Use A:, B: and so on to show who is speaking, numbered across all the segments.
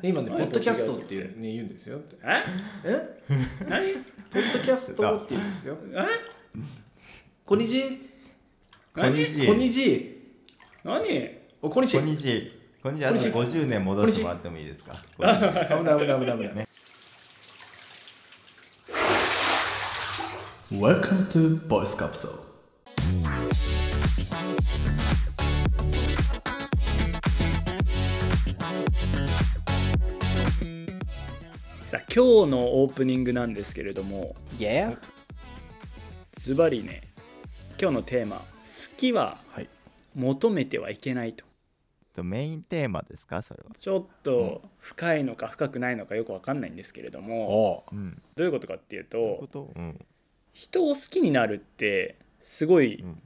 A: 今ね、ポッドキャストっていう、ね、言うんですよって。
B: え
A: え
B: 何え
A: ポッドキャストって言うんですよ。こんにち
B: 何
C: こんにち
A: こんにち
B: 何
A: おこんにち
C: こんにちこんにちあと50年戻してもらってもいいですか
A: 危ない危ない危ない危ない。
D: Welcome to Voice Capsule.
B: さあ今日のオープニングなんですけれども
A: いや
B: ズバリね今日のテーマ「好きは
A: はい
B: 求めてはいけない」と
C: とメインテーマですかそれは
B: ちょっと深いのか深くないのかよくわかんないんですけれども
A: お
C: うん
B: どういうことかっていう
C: そういう
B: と
C: ことうん
B: 人を好きになるってすごい
C: うん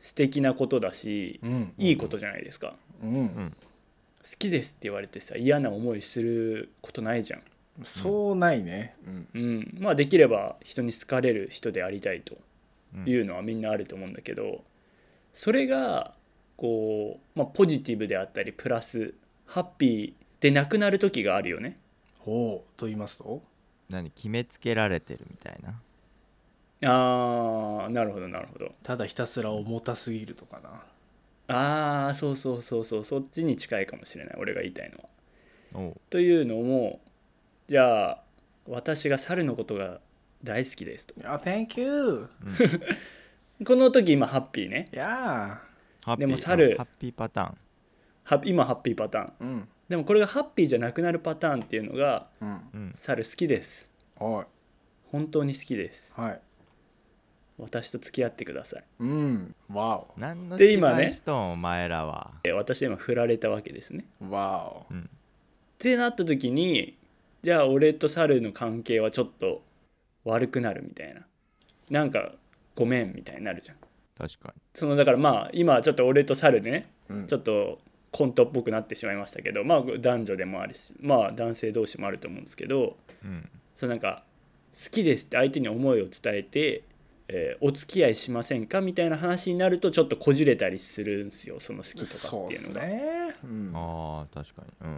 B: 素敵なことだし
A: うん。
B: いいことじゃないですか。
A: う。
C: うんん
B: 好きですって言われてさ嫌な思いすることないじゃん。
A: そうないね。うん。
B: うん、まあできれば人に好かれる人でありたいと
C: うん
B: いうのはみんなあると思うんだけどそれがこう、まあ、ポジティブであったりプラスハッピーでなくなる時があるよね。
A: ほうと言いますと
C: 何決めつけられてるみたいな
B: あーなるほどなるほど。
A: ただひたすら重たすぎるとかな。
B: ああそうそうそうそうそっちに近いかもしれない俺が言いたいのは。
C: おう
B: というのもじゃあ私が猿のことが大好きですと。
A: あ、Thank you!
B: この時今ハッピーね。
A: Yeah!
C: ハッピ
B: で
C: ー
B: も猿
C: うんハッピーパターン
B: ハッピー今ハッピーパターン。
A: うん。
B: でもこれがハッピーじゃなくなるパターンっていうのが
A: うん。
C: うん
B: 猿好きです
A: はい。
B: 本当に好きです
A: はい。
B: 私と付き合ってください
A: うん。わ
C: 何の
B: で今ね
C: 芝居しとんお前らは
B: え私は今振られたわけですね
A: お。わ
C: うん
B: ってなった時にじゃあ俺と猿の関係はちょっと悪くなるみたいななんかごめんみたいになるじゃん
C: 確か
B: そのだからまあ今ちょっと俺と猿でね
A: お。うん
B: ちょっとコントっぽくなってしまいましたけどまあ男女でもあるしまあ男性同士もあると思うんですけど
C: にうん
B: そのなんか好きですって相手に思いを伝えて、えーお付き合いしませんかみたいな話になるとちょっとこじれたりするんですよその好きとか
A: そう
B: っ
A: って
B: いう
A: す
B: のが。で
A: ね。うん。
C: ああ確かに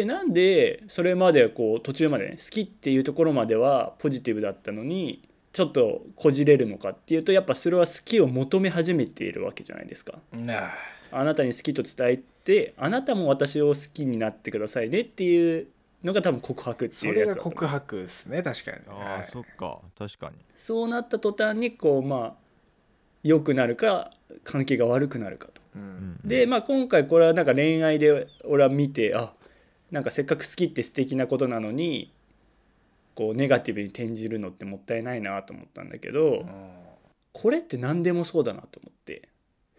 C: うん
B: なんでそれまでこう途中までね好きっていうところまではポジティブだったのにちょっとこじれるのかっていうとやっぱそれは好きを求め始めているわけじゃないですか。
A: なあ。
B: あなたに好きと伝えてあなたも私を好きになってくださいねっていうのが多分告白って
A: そ
B: いう
A: れ
B: やつだ
A: が
B: と思う
A: 告白ですね、確かに。は
C: ああ
A: い
C: そっか確かに
B: そうなった途端にこうまあ良くなるか関係が悪くなるかと。
A: う
C: うんん
B: でまあ今回これはなんか恋愛で俺は見てあなんかせっかく好きって素敵なことなのにこうネガティブに転じるのってもったいないなと思ったんだけどこれって何でもそうだなと思って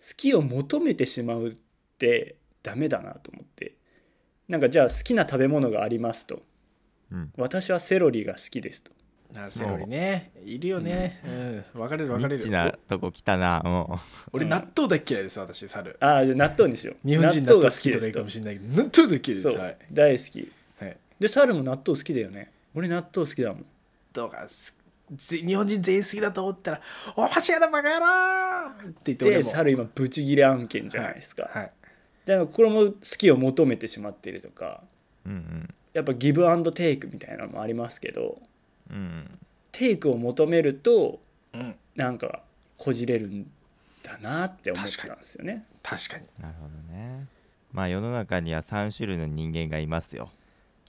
B: 好きを求めてしまうってダメだなと思ってなんかじゃあ好きな食べ物がありますと
C: うん
B: 私はセロリが好きですと
A: あセロリねいるよねうん分かれる分かれ
C: ニッチな
A: る
C: とこ来たなうん
A: お俺納豆大っ嫌いです私猿
B: ああじゃあ納豆にしよう
A: 日本人納豆好き
B: 納
A: とか
B: 豆
A: い
B: が
A: いかも
B: 好きです
A: しれないけど納豆大っ嫌いです
B: そう、
A: はい
B: 大好き
A: はい
B: で猿も納豆好きだよね俺納豆好きだもん
A: どうかすぜ日本人全員好きだと思ったら「おマジやだバカ野郎!」って言って俺
B: で
A: も
B: 猿今ブチギレ案件じゃないですか、
A: はい
B: だからこれも好きを求めてしまっているとか
C: うん
B: やっぱギブアンドテイクみたいなのもありますけど
C: うんうん
B: テイクを求めると
A: うん
B: なんかこじれるんだなって思ったんですよね
A: 確かに
C: なるほどねまあ世の中には3種類の人間がいますよ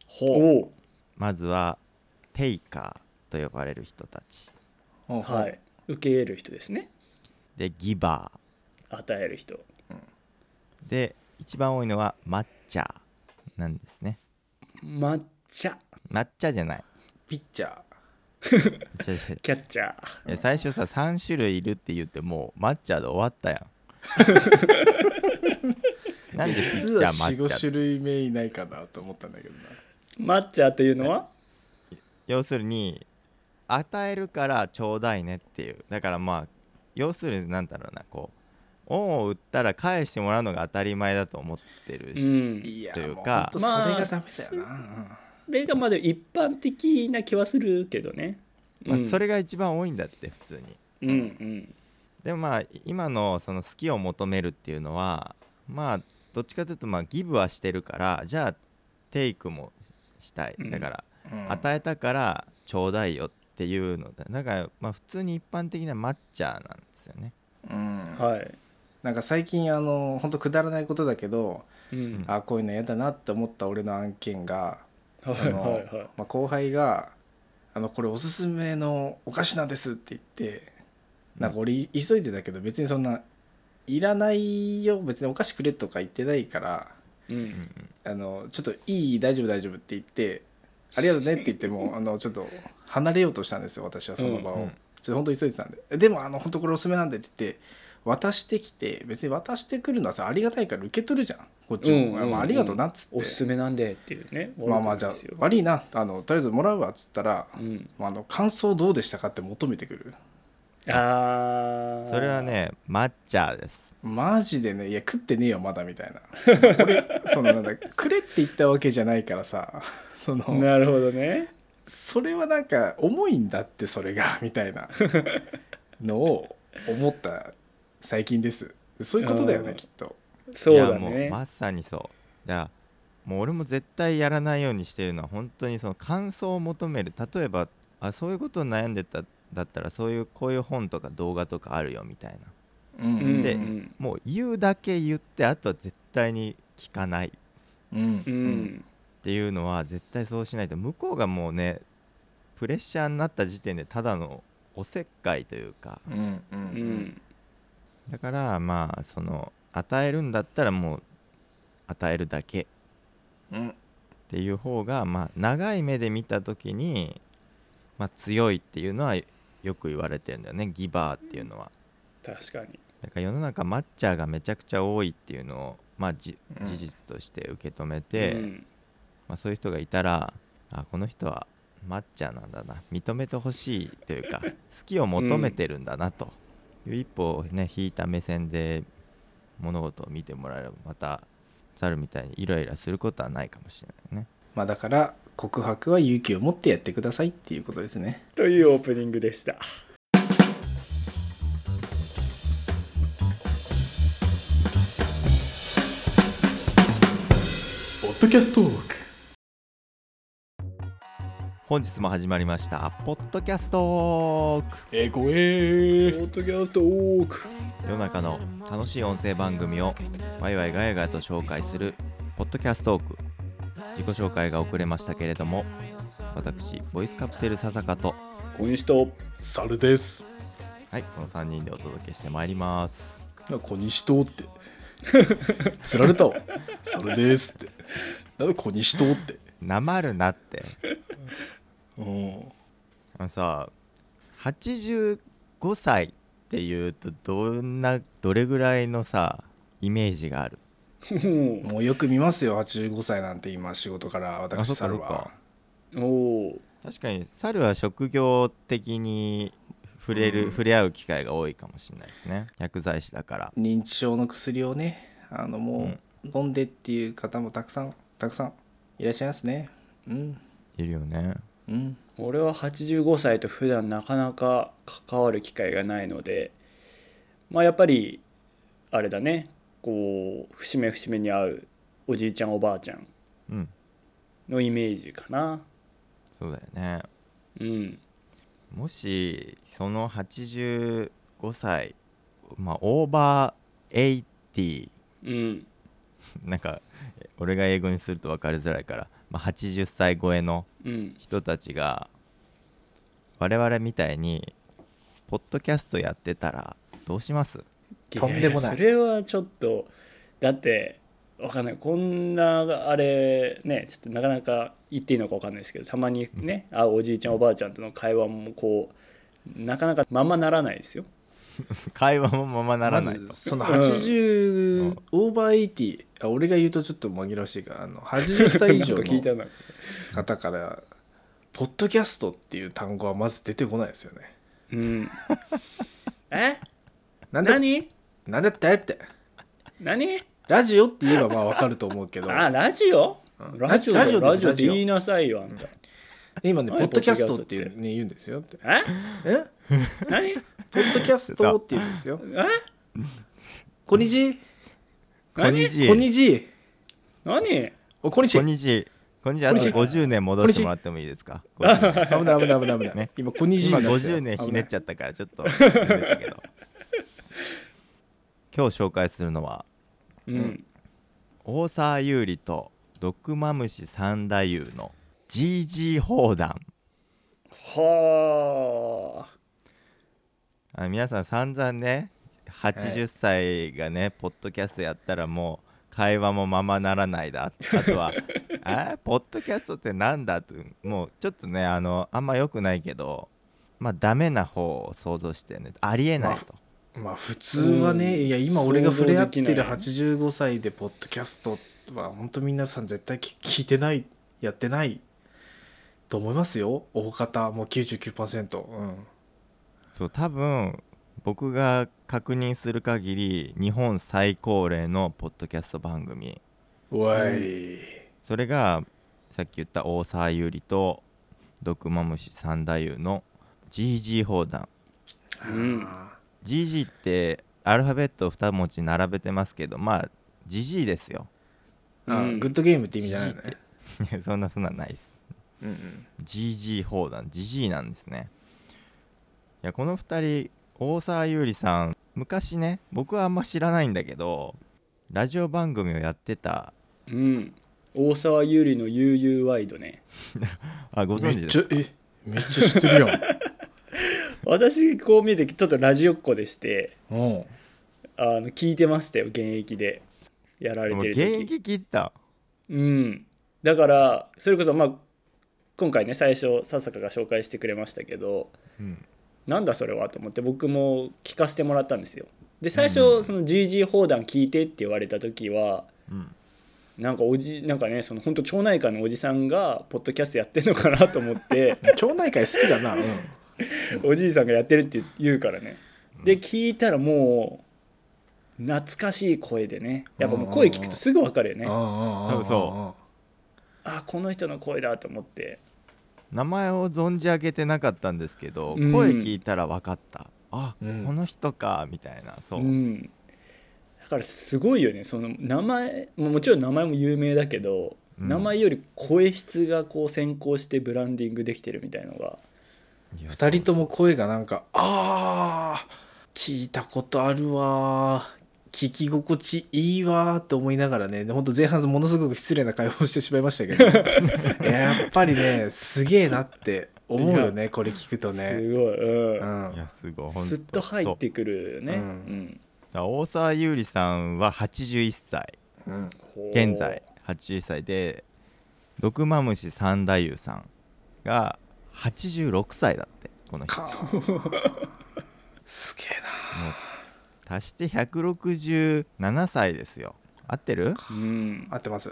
A: ほう
B: お
C: まずはテイカーと呼ばれる人たち
A: ほう
B: おはい受け入れる人ですね
C: でギバ
B: 与える人
C: ーで一番多いのは抹茶なんですね
B: 抹茶
C: 抹茶じゃない
A: ピッチャー
C: 違う違う
B: キャッチャー
C: え最初さ3種類いるって言ってもう抹茶で終わったや んなんでピ
A: 普通
C: ッチャ
A: は
C: ー抹
A: 45
C: 茶
A: 種類目いないかなと思ったんだけどな
B: 抹茶というのは
C: 要するに与えるからちょうだいねっていうだからまあ要するになんだろうなこう恩を売ったら返してもらうのが当たり前だと思ってる
B: う
C: し、
B: ん
A: いや
C: という
A: もう
C: か
A: ほんとそれがダメだよな
B: これがまだ一般的な気はするけどね。
C: まあ
B: うん
C: それが一番多いんだって普通に
B: うんうん
C: でもまあ今のその好きを求めるっていうのはまあどっちかというとまあギブはしてるからじゃあテイクもしたい
B: うん
C: だか
A: う
C: ら、
A: ん
C: 与えたからちょうだいよっていうのでだからまあ普通に一般的なマッチャーなんですよね
A: うん
B: はい、
A: なんか最近あの本当くだらないことだけど
B: うん、
A: あこういうの嫌だなって思った俺の案件が
B: はい
A: あの
B: はいはい
A: まあ、後輩があの「これおすすめのお菓子なんです」って言ってなんか俺い急いでたけど別にそんな「いらないよ別にお菓子くれ」とか言ってないから
B: うん
C: うん
A: 「あのちょっといい大丈夫大丈夫」って言って「ありがとうね」って言って もあのちょっと離れようとしたんですよ私はその場を、
C: うんうん
A: ちょっと本当急いでたんででもあの本当これおすすめなんでって言って渡してきて別に渡してくるのはさありがたいから受け取るじゃんこっちも、
B: うんうん
A: まあ、ありがとうなっつって、
B: おすすめなんでっていうね
A: まあまあじゃあ悪いなあのとりあえずもらうわっつったら
B: あ、うん、
A: まあ、あの感想どうでしたかって求めてくる
B: あー
C: それはねマッチャーです
A: マジでねいや食ってねえよまだみたいな 俺そのなんだくれって言ったわけじゃないからさ その
B: なるほどね
A: それはなんか重いんだってそれが みたいなのを思った最近ですそういうことだよ
B: う
A: ね
B: ん
A: きっと
B: そう
C: い
B: だ
C: やもう
B: ね
C: まさにそういやもう俺も絶対やらないようにしてるのは本当にその感想を求める例えばあそういうことに悩んでただったらそういうこういう本とか動画とかあるよみたいな
A: うん
B: うん
C: で
B: うん
C: もう言うだけ言ってあとは絶対に聞かないっ
A: うんうん
B: うん
C: ていうのは絶対そうしないと向こうがもうねプレッシャーになった時点でただのおせっかいというか
A: うんう
B: うんん
C: だからまあその与えるんだったらもう与えるだけ
A: うん
C: っていう方がまあ長い目で見た時に、まあ、強いっていうのはよく言われてるんだよねギバーっていうのは
B: 確かに
C: だから世の中マッチャーがめちゃくちゃ多いっていうのを、まあ、じ
A: うん
C: 事実として受け止めて、
B: うん
C: まあ、そういう人がいたらあこの人はマッチャーなんだな認めてほしいというか好きを求めてるんだなという一歩をね引いた目線で物事を見てもらえればまた猿みたいにイライラすることはないかもしれないね。
A: まあだから告白は勇気を持ってやってくださいっていうことですね
B: というオープニングでした
D: ポッドキャストトーク
C: 本日も始まりました「ポッドキャストーク
D: エコエ
B: ポ
D: ー
B: ッドキャストオーク」
C: 世の中の楽しい音声番組をワイワイガヤガヤと紹介する「ポッドキャストーク」自己紹介が遅れましたけれども私ボイスカプセルささかと
B: 小西と
D: サルです
C: はい、この3人でお届けしてまいります。
D: なんか小西党って 釣られたわサルですってなんで小西党って
C: なまるなって。
D: うん
C: あのさ、85歳っていうと、どんな、どれぐらいのさ、イメージがある
B: お
A: もうよく見ますよ85歳なんて今仕事から
C: あそ
A: 私
C: っか
A: 猿
C: そっか
A: は。
B: お
C: 確かに、猿は職業的に触れる、触れ合う機会が多いかもしれないですね。薬剤師だから。
A: 認知症の薬をねあのもう飲んでっていう方もたくさんたくさんいらっしゃいますねうん
C: いるよね。
A: うん
B: 俺は85歳と普段なかなか関わる機会がないのでまあやっぱりあれだねこう節目節目に会うおじいちゃんおばあちゃん
C: うん、
B: のイメージかな
C: そうだよね。
B: うん
C: もし、その85歳、まあ、オーバー80、
B: うん
C: なんかえ俺が英語にすると分かりづらいから、まあ、80歳超えの
B: うん
C: 人たちが我々みたいにポッドキャストやってたらどうします
A: とんでもない
B: ややそれはちょっとだってわかんないこんなあれねちょっとなかなか言っていいのかわかんないですけどたまにねあおじいちゃんおばあちゃんとの会話もこうなかなかままならないですよ
C: 会話もままならないと、
A: まずその
C: う
A: 80
C: ん
A: オーバー80あ俺が言うとちょっと紛らわしいからあの80歳以上
B: なんか聞いた
A: の
B: な
A: 方から「ポッドキャスト」っていう単語はまず出てこないですよね
B: うん、え
A: なんだ
B: 何
A: なんだってって
B: 何
A: ラジオって言えばまあわかると思うけ ど
B: あラジオ
A: うん
B: ラジオだ
A: ラジオです
B: ラジオ
A: ラ
B: って
A: ジオ
B: 言いなさいよあんた
A: 今ね「ポ
B: 何
A: ッドキャスト」って
B: ポッドキャストっ
A: ね言うんですよって
B: え
A: え
B: 何
A: ポッドキャストって言うんですよ
B: え
A: こんにち
C: こんに
B: 何
C: ち
A: こんにち
B: 何
A: おこんにち
C: こんにちこんにちはあと
A: こんにちは
C: 50年戻してもらってもいいですか50年
A: 危ない危ない危ない危ない。
C: ね
A: 今、小西
C: 今
A: になってた
C: 50年ひねっちゃったからちょっと忘れてたけど今日紹介するのは
B: うん
C: 大沢優里と毒マムシ三太夫の GG 砲弾
B: はあ
C: あ皆さん散々ね80歳がね、ポッドキャストやったらもう会話もままならないだあとは「えポッドキャストってなんだ?」ともうちょっとねあのあんま良くないけどまあダメな方を想像してねありえないと、
A: まあ普通はね、
B: うん
A: いや今俺が触れ合って
B: 想像で
A: る
B: きない
A: 85歳でポッドキャストは本当皆さん絶対聞聞いてないやってないと思いますよ大方もう99%、うん、
C: そう多分僕が確認する限り日本最高齢のポッドキャスト番組
A: おい、
C: それがさっき言った大沢優里と毒マムシ三太夫の GG 砲弾
B: うん
A: あ
C: GG ってアルファベットを2文字並べてますけどまあ GG ですよ
A: ーあー
B: うん
A: グッドゲームって意味じゃないのね、
C: いやそんなそんなんないです
A: うんうん、
C: GG 砲弾 GG なんですねいやこの2人大沢優里さん昔ね僕はあんま知らないんだけどラジオ番組をやってた
B: うん大沢優里の UU ワイドね
C: あご
A: め
C: 存知
A: っ
C: で
A: ちゃ
C: す
A: えめっちゃ知ってるやん
B: 私こう見えてちょっとラジオっ子でして
A: うん
B: あの聞いてましたよ現役でやられ
C: もう
B: てる
C: 現
B: 時
C: 役聞いてた
B: うん、だからそれこそまあ今回ね最初笹坂が紹介してくれましたけど
C: うん
B: なんだそれはと思って僕も聞かせてもらったんですよで最初、
C: うん
B: その GG 砲弾聞いてって言われた時は
C: うん
B: なんかおじなんかねその本当町内会のおじさんがポッドキャストやってんのかなと思って
A: 町内会好きだな、うん、
B: おじいさんがやってるって言うからねで聞いたらもう懐かしい声でねやっぱもう声聞くとすぐ分かるよね
A: うんうん
C: 多
A: う
C: 分
A: ん
C: そ
B: あこの人の声だと思って
C: 名前を存じ上げてなかったんですけど、
B: うん
C: 声聞いたら分かったあ、
A: うん
C: この人かみたいなそう、
B: ん、だからすごいよねその名前ももちろん名前も有名だけど、
C: うん
B: 名前より声質がこう先行してブランディングできてるみたいのが
A: 2人とも声がなんか「あー聞いたことあるわー」聞き心地いいわーって思いながらねほんと前半ものすごく失礼な会話をしてしまいましたけど やっぱりねすげえなって思うよねこれ聞くとね。
B: すごい、
A: う
B: うん
A: ん
C: いやすごいほん
B: すっと入ってくるよね、
A: そうう
B: う
A: ん
B: ん
C: だから大沢優里さんは81歳
A: うん
B: ほう
C: 現在81歳で毒マムシ三太夫さんが86歳だってこの人
A: かすげえな
C: 足して167歳ですよ合ってる
B: うん、
A: 合ってます。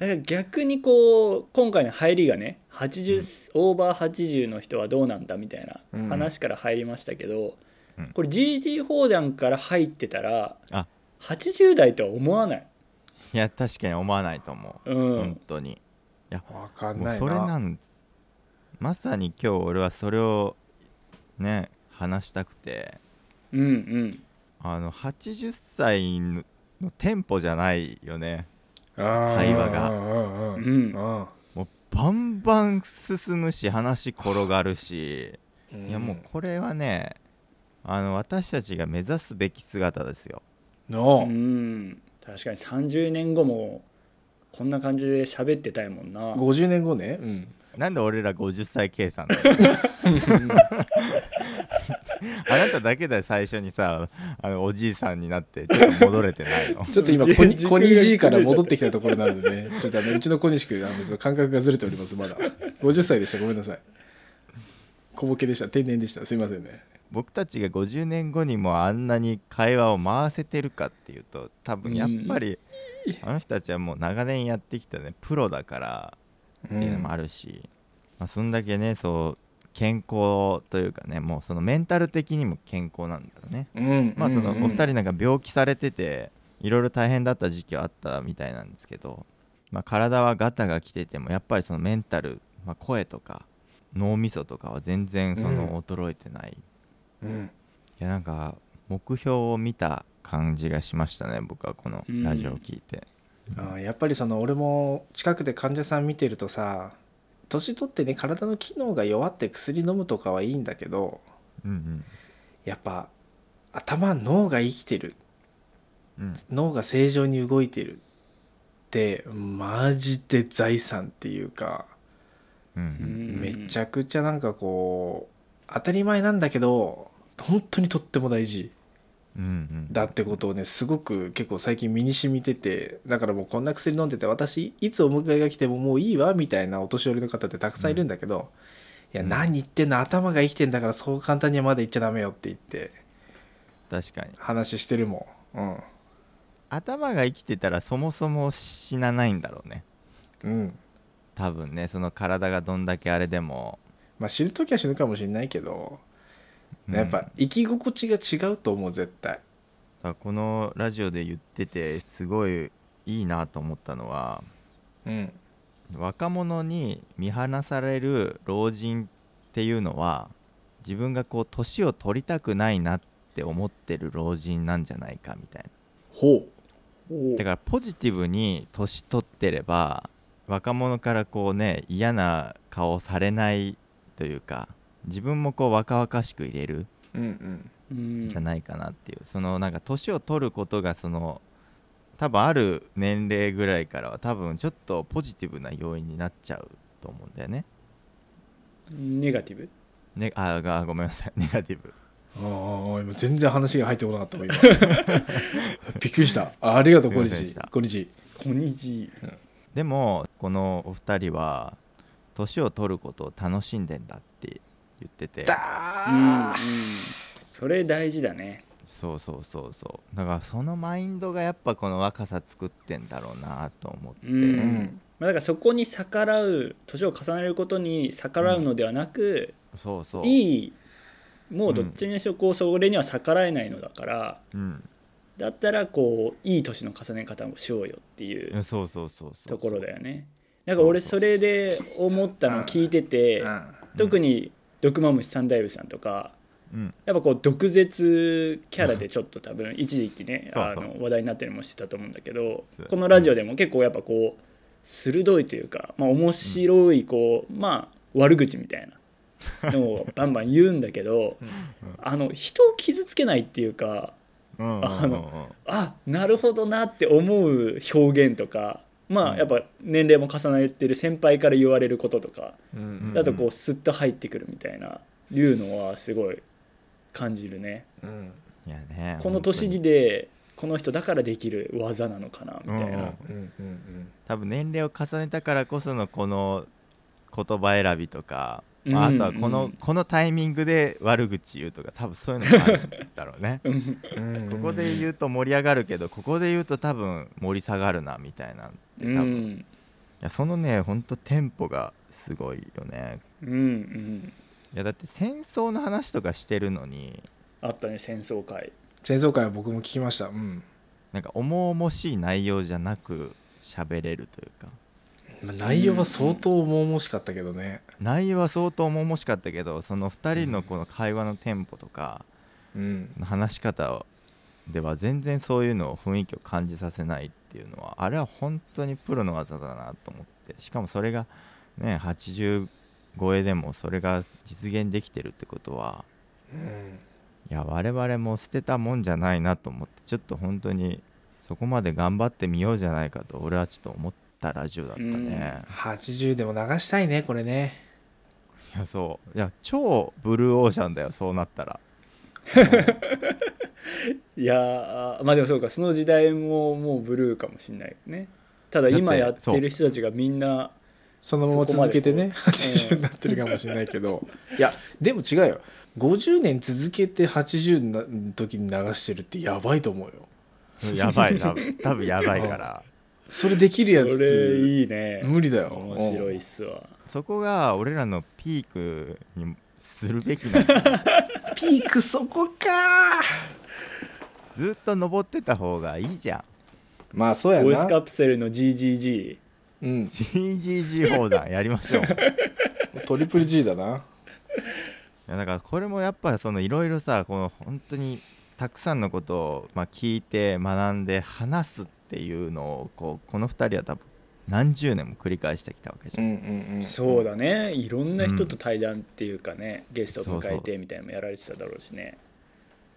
B: だから逆にこう今回の入りがね80、オーバー80の人はどうなんだみたいな話から入りましたけど、
C: うん
B: これ GG 砲弾から入ってたら
C: あ
B: 80代とは思わない、
C: いや確かに思わないと思
B: う
C: う、
B: ん
C: 本当に
A: わかん
C: も
A: な
C: う
A: い
C: それな
A: な。
C: んですまさに今日俺はそれをね話したくて
B: うんうん
C: あの80歳のテンポじゃないよね
A: 会
C: 会話が
B: う
A: うんうん
B: ん
A: うんうん
C: もうバンバン進むし話転がるし
A: うん
C: いやもうこれはねあの私たちが目指すべき姿ですよ
B: う
A: の
B: ん確かに30年後もこんな感じで喋ってたいもんな
A: 50年後ね。うん
C: なんで俺ら50歳計 算なのあなただけだよ最初にさあのおじいさんになってちょっと戻れてな いの
A: ちょっと今
B: 時
A: 小に
B: 時
A: 小西か
B: 空が
A: ら
B: 崩れちゃって
A: 戻ってきたところなのでねちょっ とあのうちの小西君あのちょっと感覚がずれておりますまだ50歳でしたごめんなさい小ボケでした天然でしたすいませんね
C: 僕たちが50年後にもあんなに会話を回せてるかっていうと多分やっぱりあの人たちはもう長年やってきたねプロだからっていうのもあるし、まあ、そんだけねそう健康というかねもうそのメンタル的にも健康なんだろうね、
A: うん
C: まあそのお
A: うん
C: 二人なんか病気されてていろいろ大変だった時期はあったみたいなんですけど、まあ、体はガタが来ててもやっぱりそのメンタル、まあ、声とか脳みそとかは全然その衰えてない、い
A: うん
C: やなんか目標を見た感じがしましたね僕はこのラジオを聞いて、
A: うんやっぱりその俺も近くで患者さん見てるとさ年取ってね体の機能が弱って薬飲むとかはいいんだけど
C: うん
A: やっぱ頭脳が生きてる
C: うんうん
A: 脳が正常に動いてるってマジで財産っていうか
C: うんうん
A: めち
B: ゃ
A: ゃくちゃなんかこう当たり前なんだけど本当にとっても大事
C: うんうん
A: だってことをねすごく結構最近身に染みててだからもうこんな薬飲んでて私いつお迎えが来てももういいわみたいなお年寄りの方ってたくさんいるんだけど、いや
C: うん
A: 何言ってんの頭が生きてんだからそう簡単にはまだ言っちゃダメよって言って
C: 確かに
A: 話してるもん
C: 頭が生きてたらそもそも死なないんだろうね
A: うんうん
C: 多分ねその体がどんだけあれでも、
A: まあ死ぬ時は死ぬかもしれないけど、
C: うん
A: やっぱ生き心地が違うと思う絶対
C: あこのラジオで言っててすごいいいなと思ったのは
A: うん
C: 若者に見放される老人っていうのは自分がこう年を取りたくないなって思ってる老人なんじゃないかみたいな
A: ほ
C: だからポジティブに年取ってれば若者からこうね嫌な顔されないというか自分もこう若々しくいれる
A: ううんうん
B: うん
C: んじゃないかなっていう、そのなんか年を取ることがその多分ある年齢ぐらいからは多分ちょっとポジティブな要因になっちゃうと思うんだよね。
B: ネガティブ
C: ねあがごめんなさい ネガティブ。
A: ああ今全然話が入ってこなかったもん今びっくりしたありがとうこ
C: すい
A: ん
C: ま
A: に
C: せんで
A: ち
C: した
A: こんにち
B: コニジ
C: でもこのお二人は年を取ることを楽しんでんだって言ってて。
B: ーうんうんそれ大事だね
C: そうそうそうそうだからそのマインドがやっぱこの若さ作ってんだろうなと思って、
B: うん
A: うん
B: まあだからそこに逆らう年を重ねることに逆らうのではなく、
C: そうそう
B: い
C: い、
B: いもうどっちにしろこうそれには逆らえないのだから、
C: うん、
B: だったらこういい年の重ね方をしようよってい
C: いや
B: う
C: そうそうそうそう
B: ところだよねなんか俺それで思ったの聞いてて、
A: うん
B: 特に毒マムシ三大夫さんとか
C: うん
B: やっぱこう毒舌キャラでちょっと多分一時期ね
C: そうそう
B: あの話題になったりもしてたと思うんだけど
C: そう
B: このラジオでも結構やっぱこう鋭いというか、まあ、面白いこう、まあ悪口みたいなの をバンバン言うんだけどあの人を傷つけないっていうか
C: うんうんうんうん
B: あのあなるほどなって思う表現とかま
C: う
B: あ
C: ん
B: やっぱ年齢も重ねてる先輩から言われることとか
A: うん
B: だとこうスッと入ってくるみたいないうのはすごい感じるね。
A: うん
C: いやね
B: この年
C: 本当に
B: でこの人だからできる技なのかなみたい
C: うんう。
B: なん
A: うんうん
C: 多分年齢を重ねたからこそのこの言葉選びとか、まあ、
B: う
C: あ
B: ん
C: とはこの、
B: うん
C: このタイミングで悪口言うとか多分そういうのもあるんだろうね
B: うん
A: うん
C: ここで言うと盛り上がるけどここで言うと多分盛り下がるなみたいな
B: う
C: 多分
B: ん
C: いやそのねほんとテンポがすごいよね
B: うんうん
C: いやだって戦争の話とかしてるのに
B: あったね戦争会
A: 戦争会は僕も聞きましたうん、
C: なんか重々しい内容じゃなく喋れるというか
A: まあ、内容は相当重々しかったけどね
C: 内容は相当重々しかったけどその2人のこの会話のテンポとか、
A: うん
C: その話し方では全然そういうのを雰囲気を感じさせないっていうのはあれは本当にプロの技だなと思ってしかもそれがね80超えでもそれが実現できてるってことは
A: うん
C: いや我々も捨てたもんじゃないなと思ってちょっと本当にそこまで頑張ってみようじゃないかと俺はちょっと思ったラジオだったね、
A: 80でも流したいねこれね
C: いやそういや超ブルーオーシャンだよそうなったら
B: いやーまあでもそうかその時代ももうブルーかもしんないよねただ
C: だって
B: 今やってる人たちがみんな
A: そのまま続けてね
B: そこま
A: 80
B: でこう
A: になってるかもしれないけど、いやでも違うよ50年続けて80の時に流してるってやばいと思うよ
C: やばい多分多分やばいから
A: それできる
B: そ
A: や
B: れ
A: つ
B: いいね
A: 無理だよ
B: 面白いっすわ
C: そこが俺らのピークにするべきなんだ
A: ピークそこか
C: ずっと登ってた方がいいじゃん
A: まあそうや
B: ボイス
A: な
B: カプセルの GGG
A: うん、
C: CGG 砲弾やりましょう
A: トリプル G だない
C: やだからこれもやっぱりそのいろいろさこの本当にたくさんのことをまあ聞いて学んで話すっっていうのをこうこの2人は多分何十年も繰り返してきたわけじゃ、
A: うんんうんうん
B: そうだねいろんな人と対談っていうかね、ゲストを迎えてみたいなのもやられてただろうしね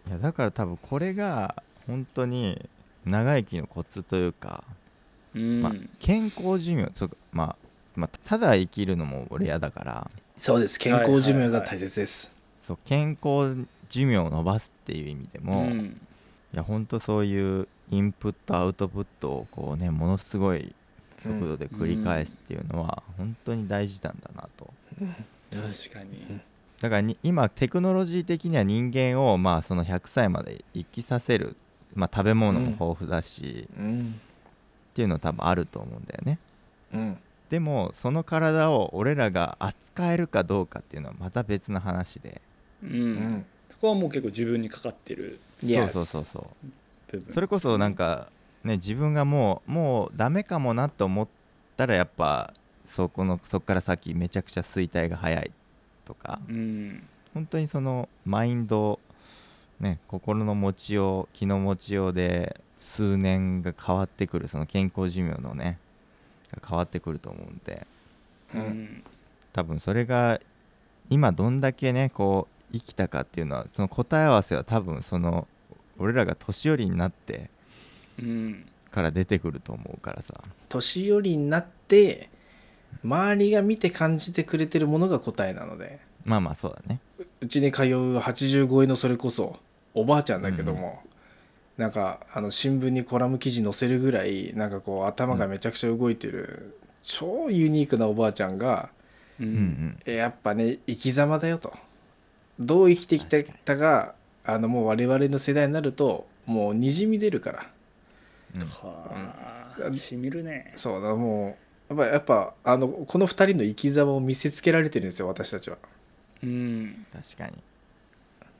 C: いやだから多分これが本当に長生きのコツというか、
B: うん、
C: まあ、健康寿命そうかまあまあ、ただ生きるのも俺嫌だから
A: そうです健康寿命が大切です、
C: そう健康寿命を伸ばすっていう意味でも、
B: う
C: い
B: ん
C: や本当そういうインプットアウトプットをこうねものすごい速度で繰り返すっていうのは本当に大事なんだなと、
B: 確かに、
C: だからに今テクノロジー的には人間をまあその100歳まで生きさせる、まあ、食べ物も豊富だし、っ
A: うん
C: ていうのは多分あると思うんだよね
A: うん
C: でもその体を俺らが扱えるかどうかっていうのはまた別の話で
B: うん
A: うん
B: そこはもう結構自分にかかってる
C: そう
A: Yes
C: そうそうそう
B: 部分
C: それこそなんかね自分がもうもうダメかもなと思ったらやっぱそこのそこから先めちゃくちゃ衰退が早いとか
B: うん
C: 本当にそのマインドね心の持ちよう気の持ちようで数年が変わってくるその健康寿命のねが変わってくると思うんで
B: うん、
C: 多分それが今どんだけねこう生きたかっていうのはその答え合わせは多分その俺らが年寄りになって
B: うん
C: から出てくると思うからさ
A: 年寄りになって周りが見て感じてくれてるものが答えなので
C: まあまあそうだね
A: うちに通う85位のそれこそおばあちゃんだけども、なんかあの新聞にコラム記事載せるぐらいなんかこう頭がめちゃくちゃ動いてる、超ユニークなおばあちゃんが
B: う
C: うんん
A: えやっぱね生き様だよとどう生きてきたかがあのもう我々の世代になるともうにじみ出るから
C: うん、うん
B: は
A: う
B: あ
A: ん
B: しみるね
A: そうだもうやっぱやっぱあのこの2人の生き様を見せつけられてるんですよ私たちは
B: うん
C: 確かに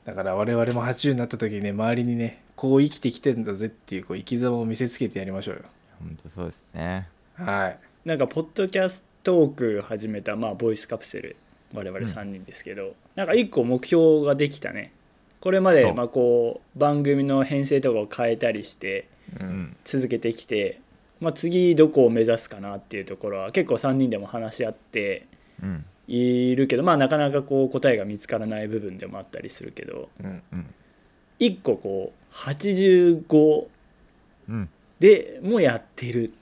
A: だから我々も80になった時にね周りにねこう生きてきてんだぜっていうこう生き様を見せつけてやりましょうよ
C: 本当そうですね
A: はい
B: なんかポッドキャストトーク始めた、まあ、ボイスカプセル我々3人ですけど、なんか1個目標ができたねこれま
C: そ
B: で
C: う
B: まあこう番組の編成とかを変えたりして
A: う
C: うんん
B: 続けてきて、まあ、次どこを目指すかなっていうところは結構3人でも話し合って
C: うん
B: いるけど、まあ、なかなかこう答えが見つからない部分でもあったりするけど
A: うん
C: うん
B: 1個こう85
C: うん
B: でもやってる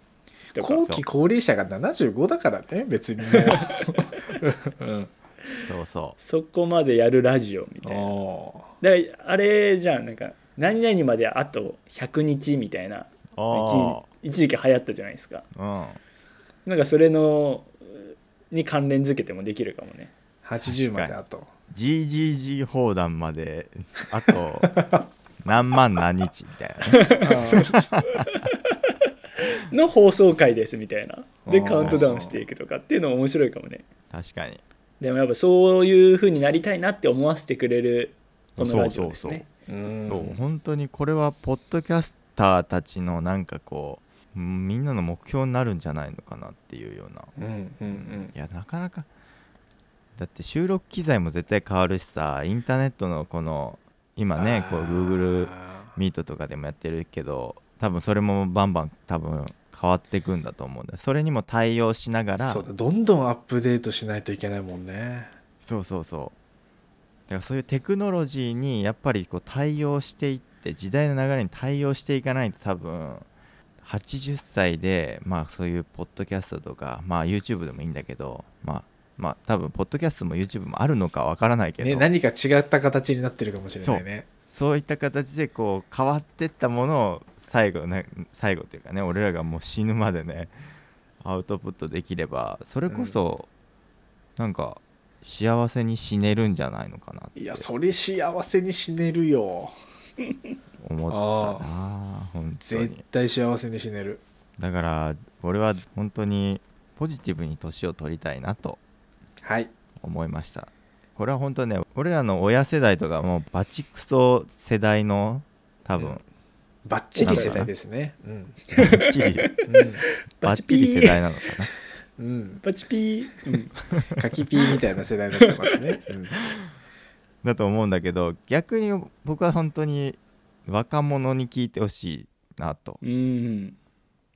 B: とか
A: 後期高齢者が75だからね別にもう うん
C: そうそ
B: そこまでやるラジオみたいな。
A: お
B: だからあれじゃんなんか何々まであと100日みたいな
C: うあ
B: 一時期流行ったじゃないですか
C: あ
B: なんかそれのに関連づけてもできるかもね
A: ー80まであと
C: GGG 砲弾まであ と何万何日みたいな、ね、
B: の放送回ですみたいなで
A: あー
B: カウントダウンしていくとかっていうのも面白いかもね
C: 確かに
B: でもやっぱそういう風になりたいなって思わせてくれるこのラジオですね
A: うん
C: そう本当にこれはポッドキャスターたちのなんかこううんみんなの目標になるんじゃないのかなっていうような、
A: うんうんうん
C: いやなかなかだって収録機材も絶対変わるしさインターネットのこの今ねこう Google
A: あ
C: ミートとかでもやってるけど多分それもバンバン多分変わっていくんだと思うんだよそれにも対応しなが
A: ー
C: ら
A: そうだどんどんアップデートしないといけないもんね
C: そうそうそうだからそういうテクノロジーにやっぱりこう対応していって時代の流れに対応していかないと多分80歳でまあそういうポッドキャストとかまあ YouTube でもいいんだけどまあまあ多分ポッドキャストも YouTube もあるのかわからないけど、
A: ね何か違った形になってるかもしれないね
C: そういった形でこう変わってったものを最後ね最後というかね俺らがもう死ぬまでねアウトプットできればそれこそなんか幸せに死ねるんじゃないのかなって
A: いやそれ幸せに死ねるよ
C: 思ったなあ本当
A: 絶
C: に
A: 対幸せに死ねる
C: だから俺は本当にポジティブに年を取りたいなと
A: はい
C: 思いましたこれは本当ね俺らの親世代とかもうバチクソ世代の多分、
A: バッチリ世代ですねうん
C: バッチ
A: う
C: リ
A: ん
C: バッチリ世代なのかな
A: うん
B: パチピー、うん、
A: カキピーみたいな世代になってますね、うん
C: だと思うんだけど逆に僕は本当に若者に聞いてほしいなと
B: うん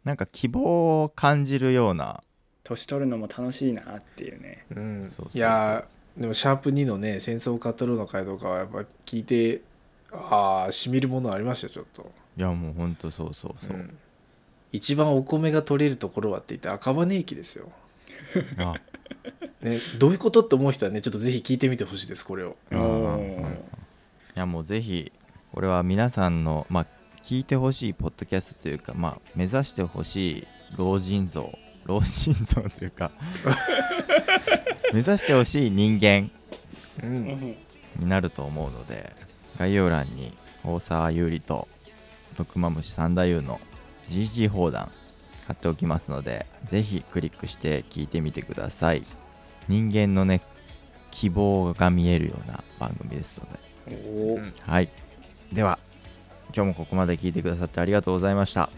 C: なんか希望を感じるような
B: 年取るのも楽しいなっていうね
A: うん
C: そうそうそう
A: いやーでも「シャープ #2」のね「戦争を語る」の回とかはやっぱ聞いてああしみるものありましたよちょっと、
C: いやもうほんとそうそうそうう、
A: ん一番お米が取れるところはって言って赤羽駅ですよ、
C: あ
A: ね、どういうことって思う人はねちょっとぜひ聞いてみてほしいですこれを
C: うん
B: おー
C: いやもうぜひこれは皆さんの、まあ、聞いてほしいポッドキャストというか、まあ、目指してほしい老人像老人像というか目指してほしい人間
A: うん
C: になると思うので概要欄に大沢優里と毒マムシ三太夫の GG 砲弾貼っておきますのでぜひクリックして聞いてみてください人間のね希望が見えるような番組ですので
B: おー
C: はい。では、今日もここまで聞いてくださってありがとうございました。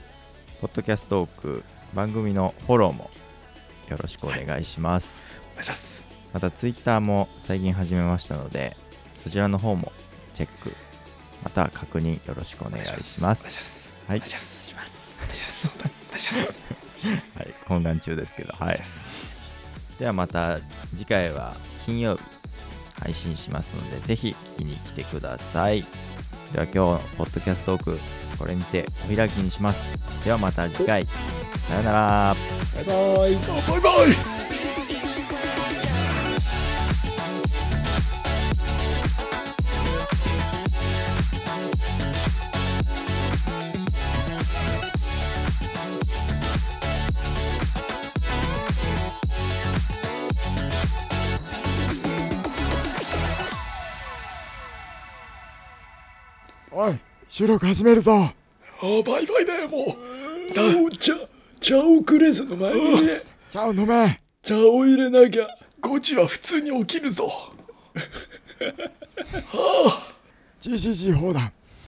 C: ポッドキャストトーク、番組のフォローもよろしくお願いします。
A: お願いします
C: また、ツイッターも最近始めましたので、そちらの方もチェック、また確認よろしくお願いしま。
A: お願いしますす
C: はい
A: お願いしますお願いしますお願いします
C: はい、混乱中ですけど、
A: お
C: は
A: 願い
C: い
A: しま。す
C: ではまた次回は金曜日配信しますのでぜひ聞きに来てくださいでは今日のポッドキャストトークこれにてお開きにしますではまた次回さよなら
B: バイバイ
A: バイバイ
E: おい収録始めるぞ
D: あバイバイだよも
B: お茶茶をくれその前にね
E: 茶を飲め
B: 茶を入れなきゃ
D: う5時は普通に起きるぞ
E: GCG 砲弾